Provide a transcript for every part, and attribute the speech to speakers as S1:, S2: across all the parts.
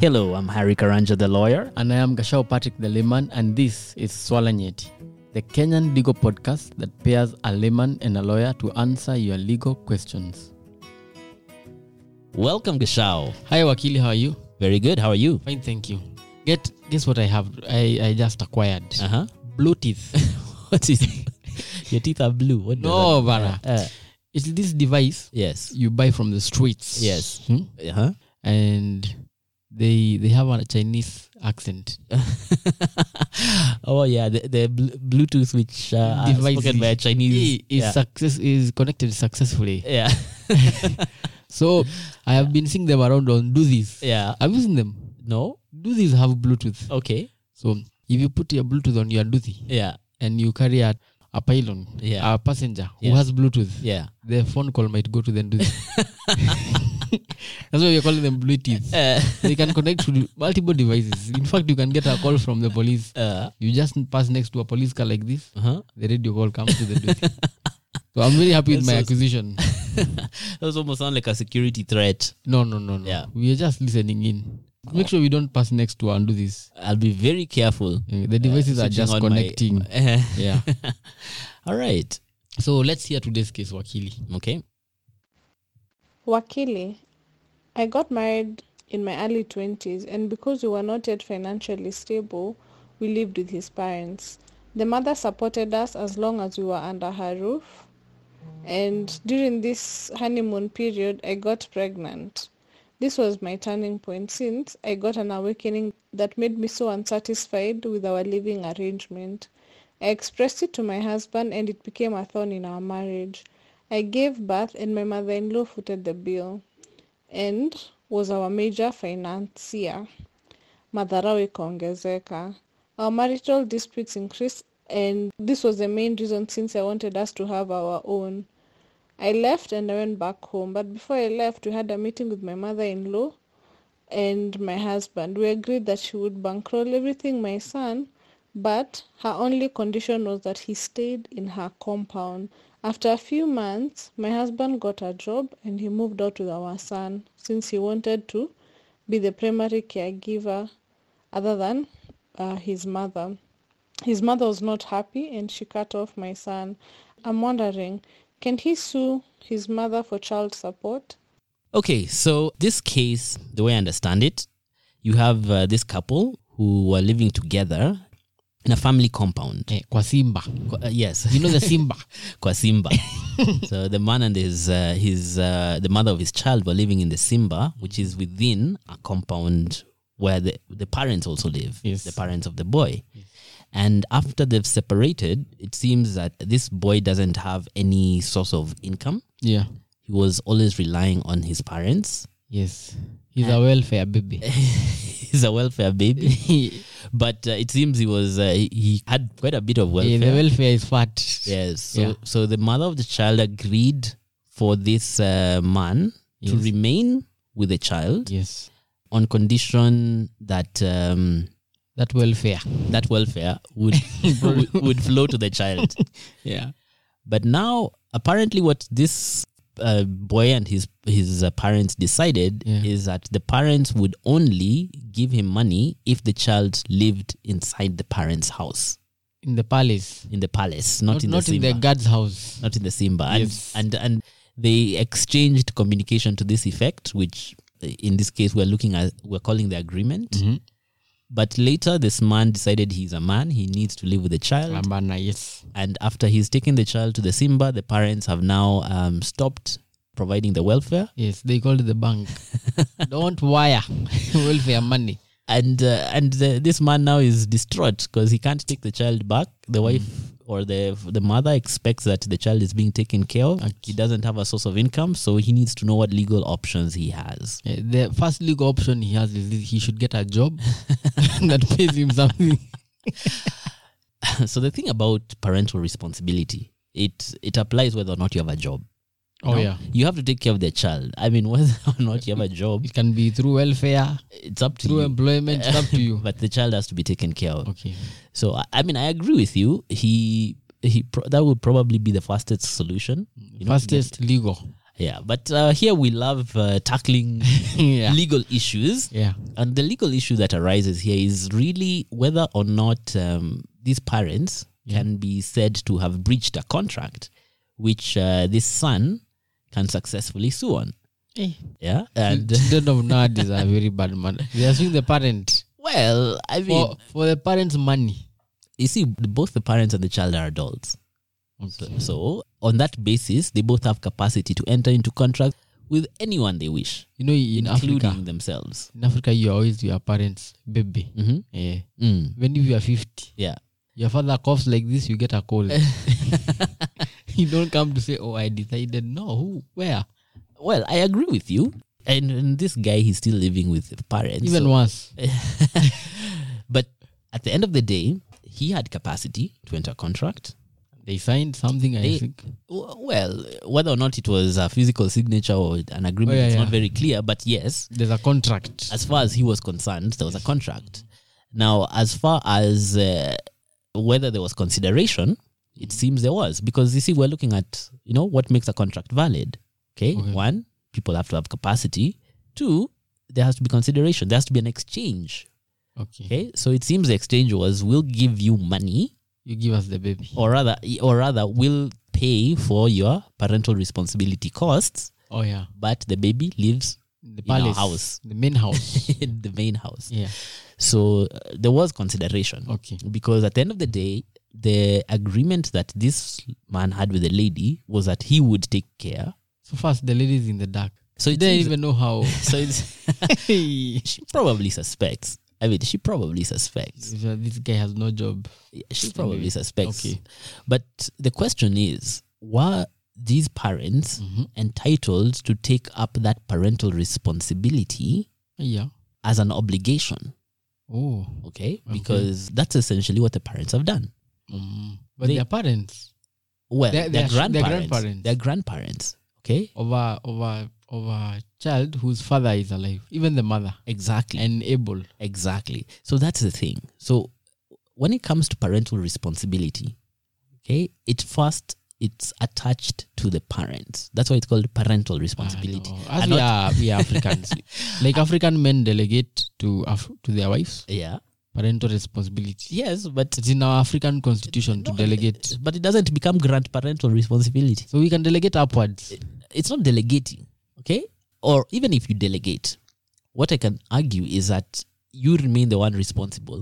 S1: Hello, I'm Harry Karanja, the lawyer.
S2: And I am Gashao Patrick the layman, and this is Swala Nyeti, the Kenyan legal podcast that pairs a layman and a lawyer to answer your legal questions.
S1: Welcome, Gashao.
S2: Hi, Wakili, how are you?
S1: Very good. How are you?
S2: Fine, thank you. Get guess what I have? I, I just acquired
S1: Uh huh.
S2: blue teeth.
S1: What is your teeth are blue? What does
S2: no,
S1: that-
S2: bara.
S1: Uh,
S2: It's this device
S1: yes.
S2: you buy from the streets.
S1: Yes.
S2: Hmm?
S1: Uh huh.
S2: And they they have a Chinese accent.
S1: oh yeah, the, the bl- Bluetooth which uh, are
S2: Device
S1: spoken by a Chinese.
S2: It is
S1: yeah.
S2: success is connected successfully.
S1: yeah.
S2: So I have been seeing them around on do this.
S1: Yeah.
S2: Have you seen them?
S1: No.
S2: Doozies have Bluetooth.
S1: Okay.
S2: So if you put your Bluetooth on your doozy
S1: Yeah.
S2: and you carry a, a pylon,
S1: Yeah.
S2: a passenger who
S1: Yeah.
S2: has Bluetooth,
S1: Yeah.
S2: the phone call might go to the doozy. That's why we're calling them Bluetooth.
S1: Uh,
S2: They can connect to multiple devices. In fact, you can get a call from the police.
S1: uh
S2: You just pass next to a police car like this,
S1: huh.
S2: the radio call comes to the doozy. so I'm very happy with my
S1: That's so-
S2: acquisition.
S1: Those almost sound like a security threat.
S2: No, no, no, no.
S1: Yeah.
S2: We are just listening in. Make sure we don't pass next to and do this.
S1: I'll be very careful.
S2: Uh, The devices are
S1: switching
S2: just
S1: on my-
S2: connecting. yeah.
S1: All right.
S2: So let's hear today's case, Wakili.
S1: Okay.
S3: Wakili, I got married in my early 20s and because we were not yet financially stable, we lived with his parents. The mother supported us as long as we were under her roof. And during this honeymoon period, I got pregnant. This was my turning point since I got an awakening that made me so unsatisfied with our living arrangement. I expressed it to my husband and it became a thorn in our marriage. I gave birth and my mother-in-law footed the bill and was our major financier. madharau ikaongezeka our marital disputes increased and this was the main reason since i wanted us to have our own i left and i went back home but before i left we had a meeting with my mother-in-law and my husband we agreed that she would bankroll everything my son but her only condition was that he stayed in her compound after a few months my husband got a job and he moved out with our son since he wanted to be the primary caregiver other than uh, his mother. His mother was not happy and she cut off my son. I'm wondering, can he sue his mother for child support?
S1: Okay, so this case, the way I understand it, you have uh, this couple who were living together in a family compound.
S2: Eh, kwa Simba.
S1: Qu- uh, yes,
S2: You know the Simba?
S1: Kwa Simba. so the man and his uh, his uh, the mother of his child were living in the Simba, which is within a compound where the, the parents also live.
S2: Yes.
S1: The parents of the boy. And after they've separated, it seems that this boy doesn't have any source of income.
S2: yeah.
S1: He was always relying on his parents.
S2: Yes. He's a welfare baby.
S1: he's a welfare baby, but uh, it seems he was uh, he- he had quite a bit of
S2: Eh,
S1: welfare.
S2: the welfare is fat.
S1: yes. So
S2: Yeah.
S1: so the mother of the child agreed for this uh, man to
S2: Yes.
S1: remain with the child
S2: Yes.
S1: on condition that um,
S2: That welfare.
S1: that welfare would would, would flow to the child.
S2: Yeah.
S1: But now, apparently, what this uh, boy and his his uh, parents decided
S2: Yeah.
S1: is that the parents would only give him money if the child lived inside the parents' house
S2: In the palace.
S1: in the palace, not,
S2: Not,
S1: in,
S2: not
S1: the
S2: in the
S1: Simba,
S2: guard's house.
S1: not in the Simba.
S2: Yes.
S1: And, and and they exchanged communication to this effect, which uh, in this case we're looking at we're calling the agreement.
S2: Mhm.
S1: But later, this man decided he's a man; he needs to live with the child
S2: Lambana, yes.
S1: and after he's taken the child to the Simba, the parents have now um, stopped providing the welfare,
S2: Yes. They called the bank. Don't wire welfare money.
S1: and uh, and the, this man now is distraught because he can't take the child back.
S2: Hmm.
S1: The wife or the the mother expects that the child is being taken care of. He doesn't have a source of income, so he needs to know what legal options he has.
S2: Eh, the first legal option he has is he should get a job that pays him something.
S1: so the thing about parental responsibility, it it applies whether or not you have a job.
S2: Oh,
S1: No?
S2: yeah.
S1: you have to take care of the child. I mean, whether or not you have a job,
S2: It can be through welfare,
S1: it's up to
S2: through
S1: you.
S2: employment, it's up to you.
S1: But the child has to be taken care of.
S2: Okay.
S1: So I, I mean, I agree with you. He he, pro- that would probably be the fastest solution. You know,
S2: Fastest legal.
S1: get- Yeah, but uh, here we love uh, tackling
S2: Yeah.
S1: legal issues.
S2: Yeah.
S1: And the legal issue that arises here is really whether or not um, these parents can be said to have breached a contract which uh, this son can successfully sue on. Yeah. And
S2: children of nowadays are very bad man. They are suing the parent
S1: well, I mean,
S2: for, for the parents' money.
S1: you see, both the parents and the child are adults. So, on that basis, they both have capacity to enter into contract with anyone they wish,
S2: You know, in
S1: including
S2: Africa,
S1: themselves.
S2: in Africa, you are always your parents' baby.
S1: hmm
S2: Yeah.
S1: Mm.
S2: When you are 50,
S1: Yeah.
S2: your father coughs like this, you get a cold. you don't come to say, "Oh, I decided." No, who, where?
S1: Well, I agree with you. And, and this guy, he's still living with the parents.
S2: Even
S1: so- eh.
S2: once.
S1: but at the end of the day, he had capacity to enter contract.
S2: They signed something, I
S1: They-
S2: think.
S1: W- Well, whether or not it was a physical signature or an agreement,
S2: Oh, yeah,
S1: it's not
S2: yeah.
S1: very clear. But yes,
S2: There's a contract.
S1: as far as he was concerned, there was a contract. Now, as far as uh, whether there was consideration, it seems there was because you see, we're looking at you know what makes a contract valid. Okay,
S2: Okay.
S1: one, people have to have capacity. Two, there has to be consideration. There has to be an exchange.
S2: Okay.
S1: Okay, so it seems the exchange was we'll give you money,
S2: You give us the baby.
S1: or rather, or rather, we'll pay for your parental responsibility costs,
S2: Oh yeah.
S1: but the baby lives
S2: The
S1: In our
S2: palace
S1: house.
S2: The main house.
S1: in the main house.
S2: yeah.
S1: So uh, there was consideration
S2: Okay.
S1: because at the end of the day, the agreement that this man had with the lady was that he would take care.
S2: So first, the lady's in the dark.
S1: So
S2: They
S1: it
S2: didn't
S1: seems,
S2: even know how.
S1: so it's,
S2: Hey.
S1: she probably suspects. I mean, she probably suspects.
S2: If, uh, this guy has no job.
S1: Yeah, she probably
S2: Maybe.
S1: suspects.
S2: Mm-hmm. Okay.
S1: But the question is, were these parents
S2: Mm-hmm.
S1: entitled to take up that parental responsibility
S2: Yeah.
S1: as an obligation?
S2: Oh.
S1: Okay.
S2: Okay.
S1: Because that's essentially what the parents have done.
S2: Mm. But
S1: They-
S2: their parents
S1: Well,
S2: They're-
S1: their
S2: they're- they're
S1: grandparents.
S2: grandparents.
S1: Their grandparents. Okay.
S2: of a of a of a child whose father is alive, even the mother,
S1: Exactly.
S2: and able.
S1: Exactly. So that's the thing. So when it comes to parental responsibility, okay, it first it's attached to the parents. That's why it's called parental responsibility.
S2: Ah, no. As
S1: And
S2: we
S1: not-
S2: are, we are Africans. like African men delegate to Af- to their wives
S1: yeah.
S2: parental responsibility.
S1: Yes, but
S2: It's in our African constitution to
S1: No,
S2: delegate.
S1: But it doesn't become grandparental responsibility.
S2: So we can delegate upwards.
S1: It's not delegating, okay? Or even if you delegate, what I can argue is that you remain the one responsible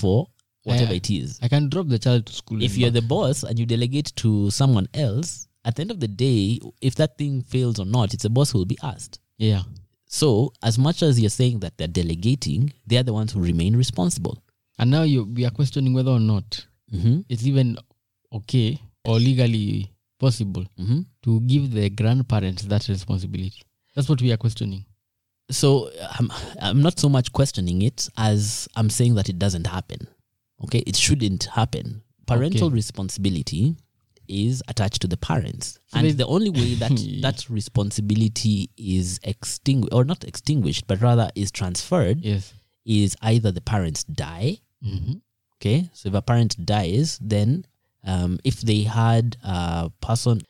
S1: for whatever
S2: Yeah.
S1: it is.
S2: I can drop the child to school.
S1: If
S2: and
S1: you're
S2: back.
S1: the boss and you delegate to someone else, at the end of the day, if that thing fails or not, it's the boss who will be asked.
S2: yeah,
S1: So, as much as you're saying that they're delegating, they're the ones who remain responsible.
S2: and now you we are questioning whether or not
S1: Mm-hmm.
S2: it's even okay or legally possible
S1: Mm-hmm.
S2: to give the grandparents that responsibility. That's what we are questioning.
S1: so I'm, I'm not so much questioning it as I'm saying that it doesn't happen. Okay, it shouldn't happen. Parental
S2: Okay.
S1: responsibility is attached to the parents,
S2: So
S1: and
S2: there's-
S1: the only way that that responsibility is extinguished or not extinguished, but rather is transferred
S2: Yes.
S1: is either the parents die.
S2: Mm-hmm.
S1: Okay, so if a parent dies, then um, if they had a person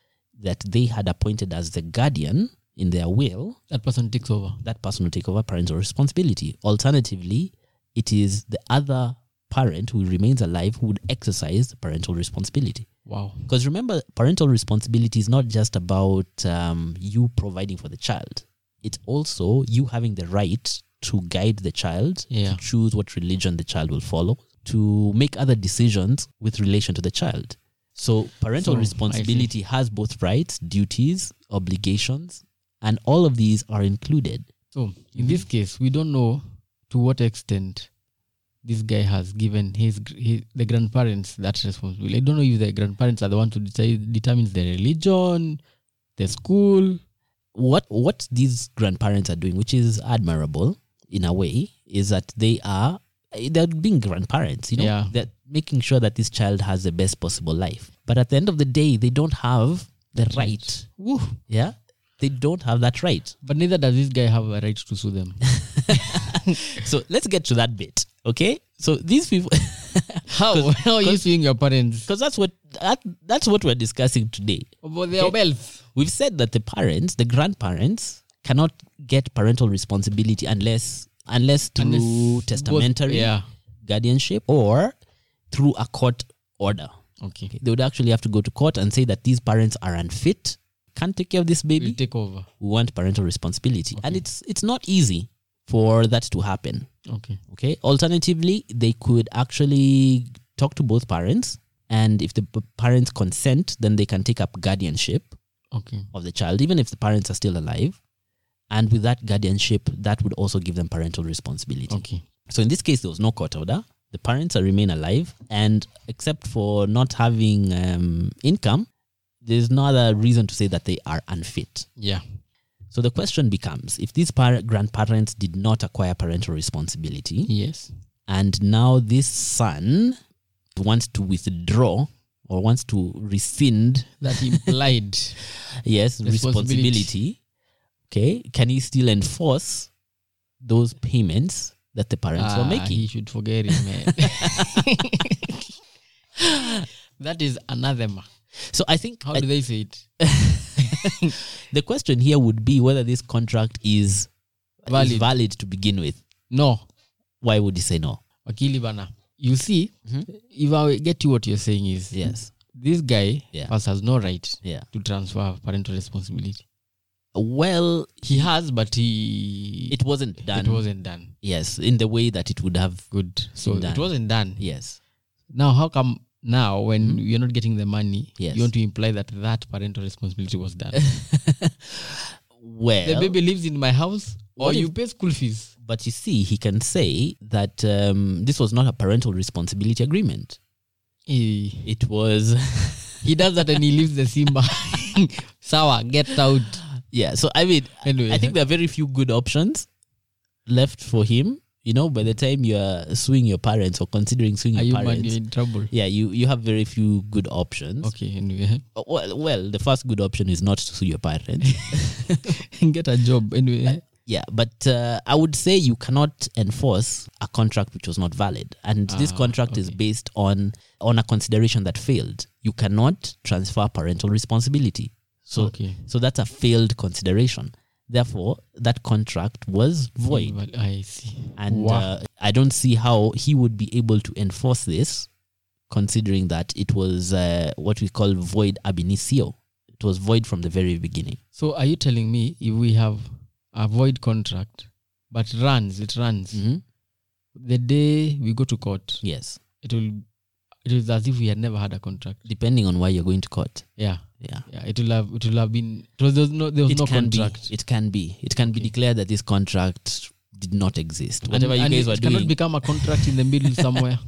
S1: that they had appointed as the guardian in their will,
S2: That person takes over.
S1: that person will take over parental responsibility. Alternatively, it is the other parent who remains alive who would exercise parental responsibility.
S2: Wow.
S1: Because remember, parental responsibility is not just about um, you providing for the child, it's also you having the right to guide the child,
S2: Yeah.
S1: to choose what religion the child will follow, to make other decisions with relation to the child. So, parental
S2: So, I see.
S1: responsibility has both rights, duties, obligations, and all of these are included.
S2: So in this case, we don't know to what extent this guy has given his, gr- his the grandparents that responsibility. I don't know if the grandparents are the one to decide determines the religion, the school.
S1: what what these grandparents are doing, which is admirable in a way, is that they are they're being grandparents. You know,
S2: Yeah.
S1: they're making sure that this child has the best possible life. But at the end of the day, they don't have the right.
S2: Woo.
S1: Yeah, they don't have that right.
S2: But neither does this guy have a right to sue them.
S1: So let's get to that bit, okay? So these people.
S2: How? How are you suing your parents?
S1: Because that's what that, that's what we're discussing today.
S2: About their wealth.
S1: We've said that the parents, the grandparents, cannot get parental responsibility unless unless through
S2: Unless both-
S1: testamentary
S2: yeah.
S1: guardianship or through a court order.
S2: Okay.
S1: They would actually have to go to court and say that these parents are unfit, can't take care of this baby.
S2: We'll take over.
S1: We want parental responsibility, and it's it's not easy for that to happen.
S2: Okay.
S1: Okay. Alternatively, they could actually talk to both parents, and if the p- parents consent, then they can take up guardianship
S2: Okay.
S1: of the child, even if the parents are still alive. And with that guardianship, that would also give them parental responsibility.
S2: Okay.
S1: So in this case, there was no court order. The parents are remain alive, and except for not having um, income, there's no other reason to say that they are unfit.
S2: Yeah.
S1: So the question becomes: if these par- grandparents did not acquire parental responsibility,
S2: Yes.
S1: and now this son wants to withdraw or wants to rescind
S2: That implied.
S1: yes
S2: Responsibility.
S1: responsibility okay can he still enforce those payments that the parents were
S2: Ah,
S1: making
S2: He should forget it, man. that is anathema.
S1: so i think
S2: How
S1: I-
S2: do they say it?
S1: the question here would be whether this contract is valid,
S2: Valid.
S1: is valid to begin with
S2: No.
S1: why would he say no
S2: Wakili bana. You see,
S1: Mm-hmm.
S2: if I get you what you're saying is
S1: yes
S2: this guy
S1: Yeah.
S2: first has no right
S1: yeah
S2: to transfer parental responsibility.
S1: well
S2: He has, but he
S1: it wasn't done
S2: it wasn't done.
S1: yes in the way that it would have
S2: Good. So
S1: Done.
S2: it wasn't done.
S1: yes
S2: Now, how come now when you're not getting the money,
S1: Hmm? Yes.
S2: you want to imply that that parental responsibility was done?
S1: well
S2: the baby lives in my house, or
S1: What if-
S2: you pay school fees.
S1: But you see, he can say that um, this was not a parental responsibility agreement.
S2: Eh,
S1: It was,
S2: He does that and he leaves the Simba. Sawa, get out.
S1: yeah. So I mean,
S2: Anyway,
S1: I think there are very few good options left for him. You know, by the time you are suing your parents or considering suing
S2: are
S1: your
S2: you man?
S1: parents,
S2: You're in trouble.
S1: yeah, you you have very few good options.
S2: Okay, anyway,
S1: Well, well, the first good option is not to sue your parents.
S2: get a job. Anyway,
S1: Yeah, but uh, I would say you cannot enforce a contract which was not valid, and this
S2: Ah,
S1: contract is
S2: okay.
S1: based on on a consideration that failed. You cannot transfer parental responsibility, so
S2: okay.
S1: so that's a failed consideration. Therefore, that contract was void,
S2: Well, I see.
S1: and
S2: Wow.
S1: uh, I don't see how he would be able to enforce this, considering that it was uh, what we call void ab initio. It was void from the very beginning.
S2: So are you telling me if we have a void contract, but runs, it runs.
S1: Mhm.
S2: The day we go to court,
S1: Yes,
S2: it will it is as if we had never had a contract.
S1: depending on why you're going to court.
S2: Yeah.
S1: Yeah.
S2: Yeah. It will have it will have been there was, there was no there was
S1: it
S2: no
S1: can
S2: contract.
S1: Be, it can be. It can be
S2: Okay.
S1: declared that this contract did not exist.
S2: And-
S1: Whatever you
S2: and
S1: guys
S2: it
S1: were
S2: cannot
S1: doing.
S2: become a contract in the middle somewhere.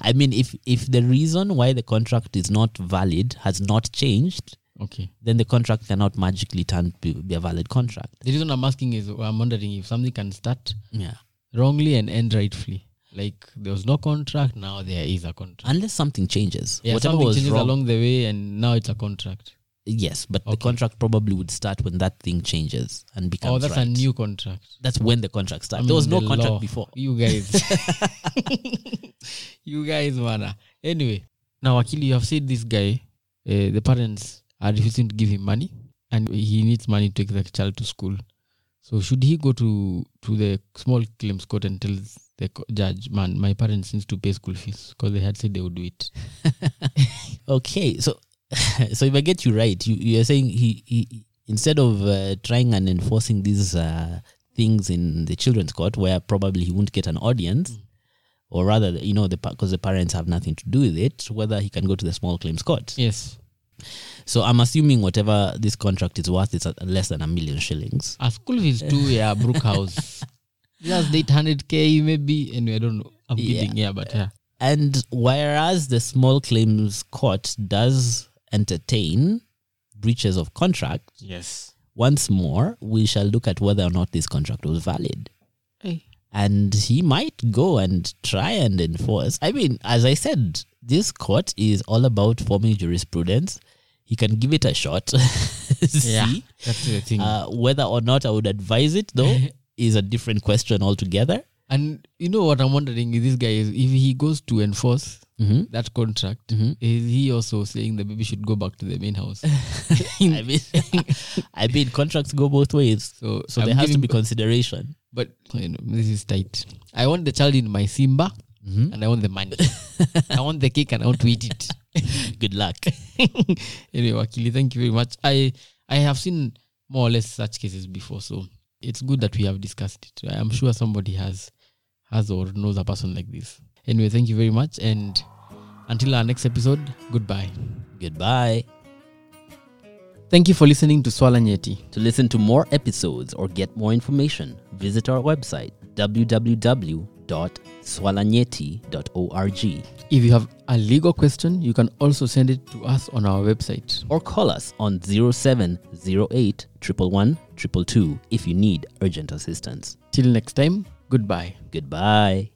S1: I mean, if if the reason why the contract is not valid has not changed,
S2: Okay.
S1: then the contract cannot magically turn be, be a valid contract.
S2: The reason I'm asking is I'm wondering if something can start
S1: Yeah.
S2: wrongly and end rightfully. Like there was no contract, now there is a contract.
S1: Unless something changes.
S2: Yeah,
S1: Whatever
S2: something
S1: was
S2: changes
S1: wrong.
S2: along the way and now it's a contract.
S1: yes, but the
S2: Okay.
S1: contract probably would start when that thing changes and becomes
S2: oh, that's
S1: right.
S2: a new contract.
S1: That's when the contract starts.
S2: I
S1: there was
S2: mean,
S1: no
S2: the
S1: contract
S2: law.
S1: before.
S2: You guys. you guys, man. Anyway, now Akili, you have said this guy, uh, the parents are refusing to give him money, and he needs money to take the child to school. So should he go to to the small claims court and tell the co- judge, man, my parents need to pay school fees because they had said they would do it.
S1: Okay, so so if I get you right, you you are saying he, he instead of uh, trying and enforcing these uh, things in the children's court, where probably he won't get an audience, or rather, you know, the because the parents have nothing to do with it, whether he can go to the small claims court.
S2: Yes,
S1: So I'm assuming whatever this contract is worth is uh, less than a million shillings.
S2: a school fees too. Yeah, Brookhouse. Just eight hundred k maybe. Anyway, I don't know. I'm
S1: Yeah.
S2: kidding. Yeah, but yeah.
S1: And whereas the small claims court does entertain breaches of contract,
S2: Yes.
S1: once more, we shall look at whether or not this contract was valid.
S2: Hey.
S1: And he might go and try and enforce. I mean, as I said, this court is all about forming jurisprudence. He can give it a shot. See?
S2: Yeah. That's the thing.
S1: Uh, whether or not I would advise it, though, is a different question altogether.
S2: And you know what I'm wondering is this guy is if he goes to enforce
S1: Mm-hmm.
S2: that contract,
S1: Mhm.
S2: is he also saying the baby should go back to the main house?
S1: I mean, I mean, contracts go both ways,
S2: So,
S1: so
S2: I'm
S1: there has to
S2: giving-
S1: be consideration.
S2: But you know, this is tight. I want the child in my Simba,
S1: Mhm.
S2: and I want the money. I want the cake, and I want to eat it.
S1: Good luck.
S2: anyway, Wakili, thank you very much. I I have seen more or less such cases before, so it's good that we have discussed it. I'm sure somebody has has or knows a person like this. Anyway, thank you very much, and until our next episode, goodbye.
S1: Goodbye.
S2: Thank you for listening to Swala Nyeti.
S1: To listen to more episodes or get more information, visit our website www.swalanyeti.org
S2: If you have a legal question, you can also send it to us on our website.
S1: or call us on 0708 111 222 if you need urgent assistance.
S2: Till next time, goodbye.
S1: Goodbye.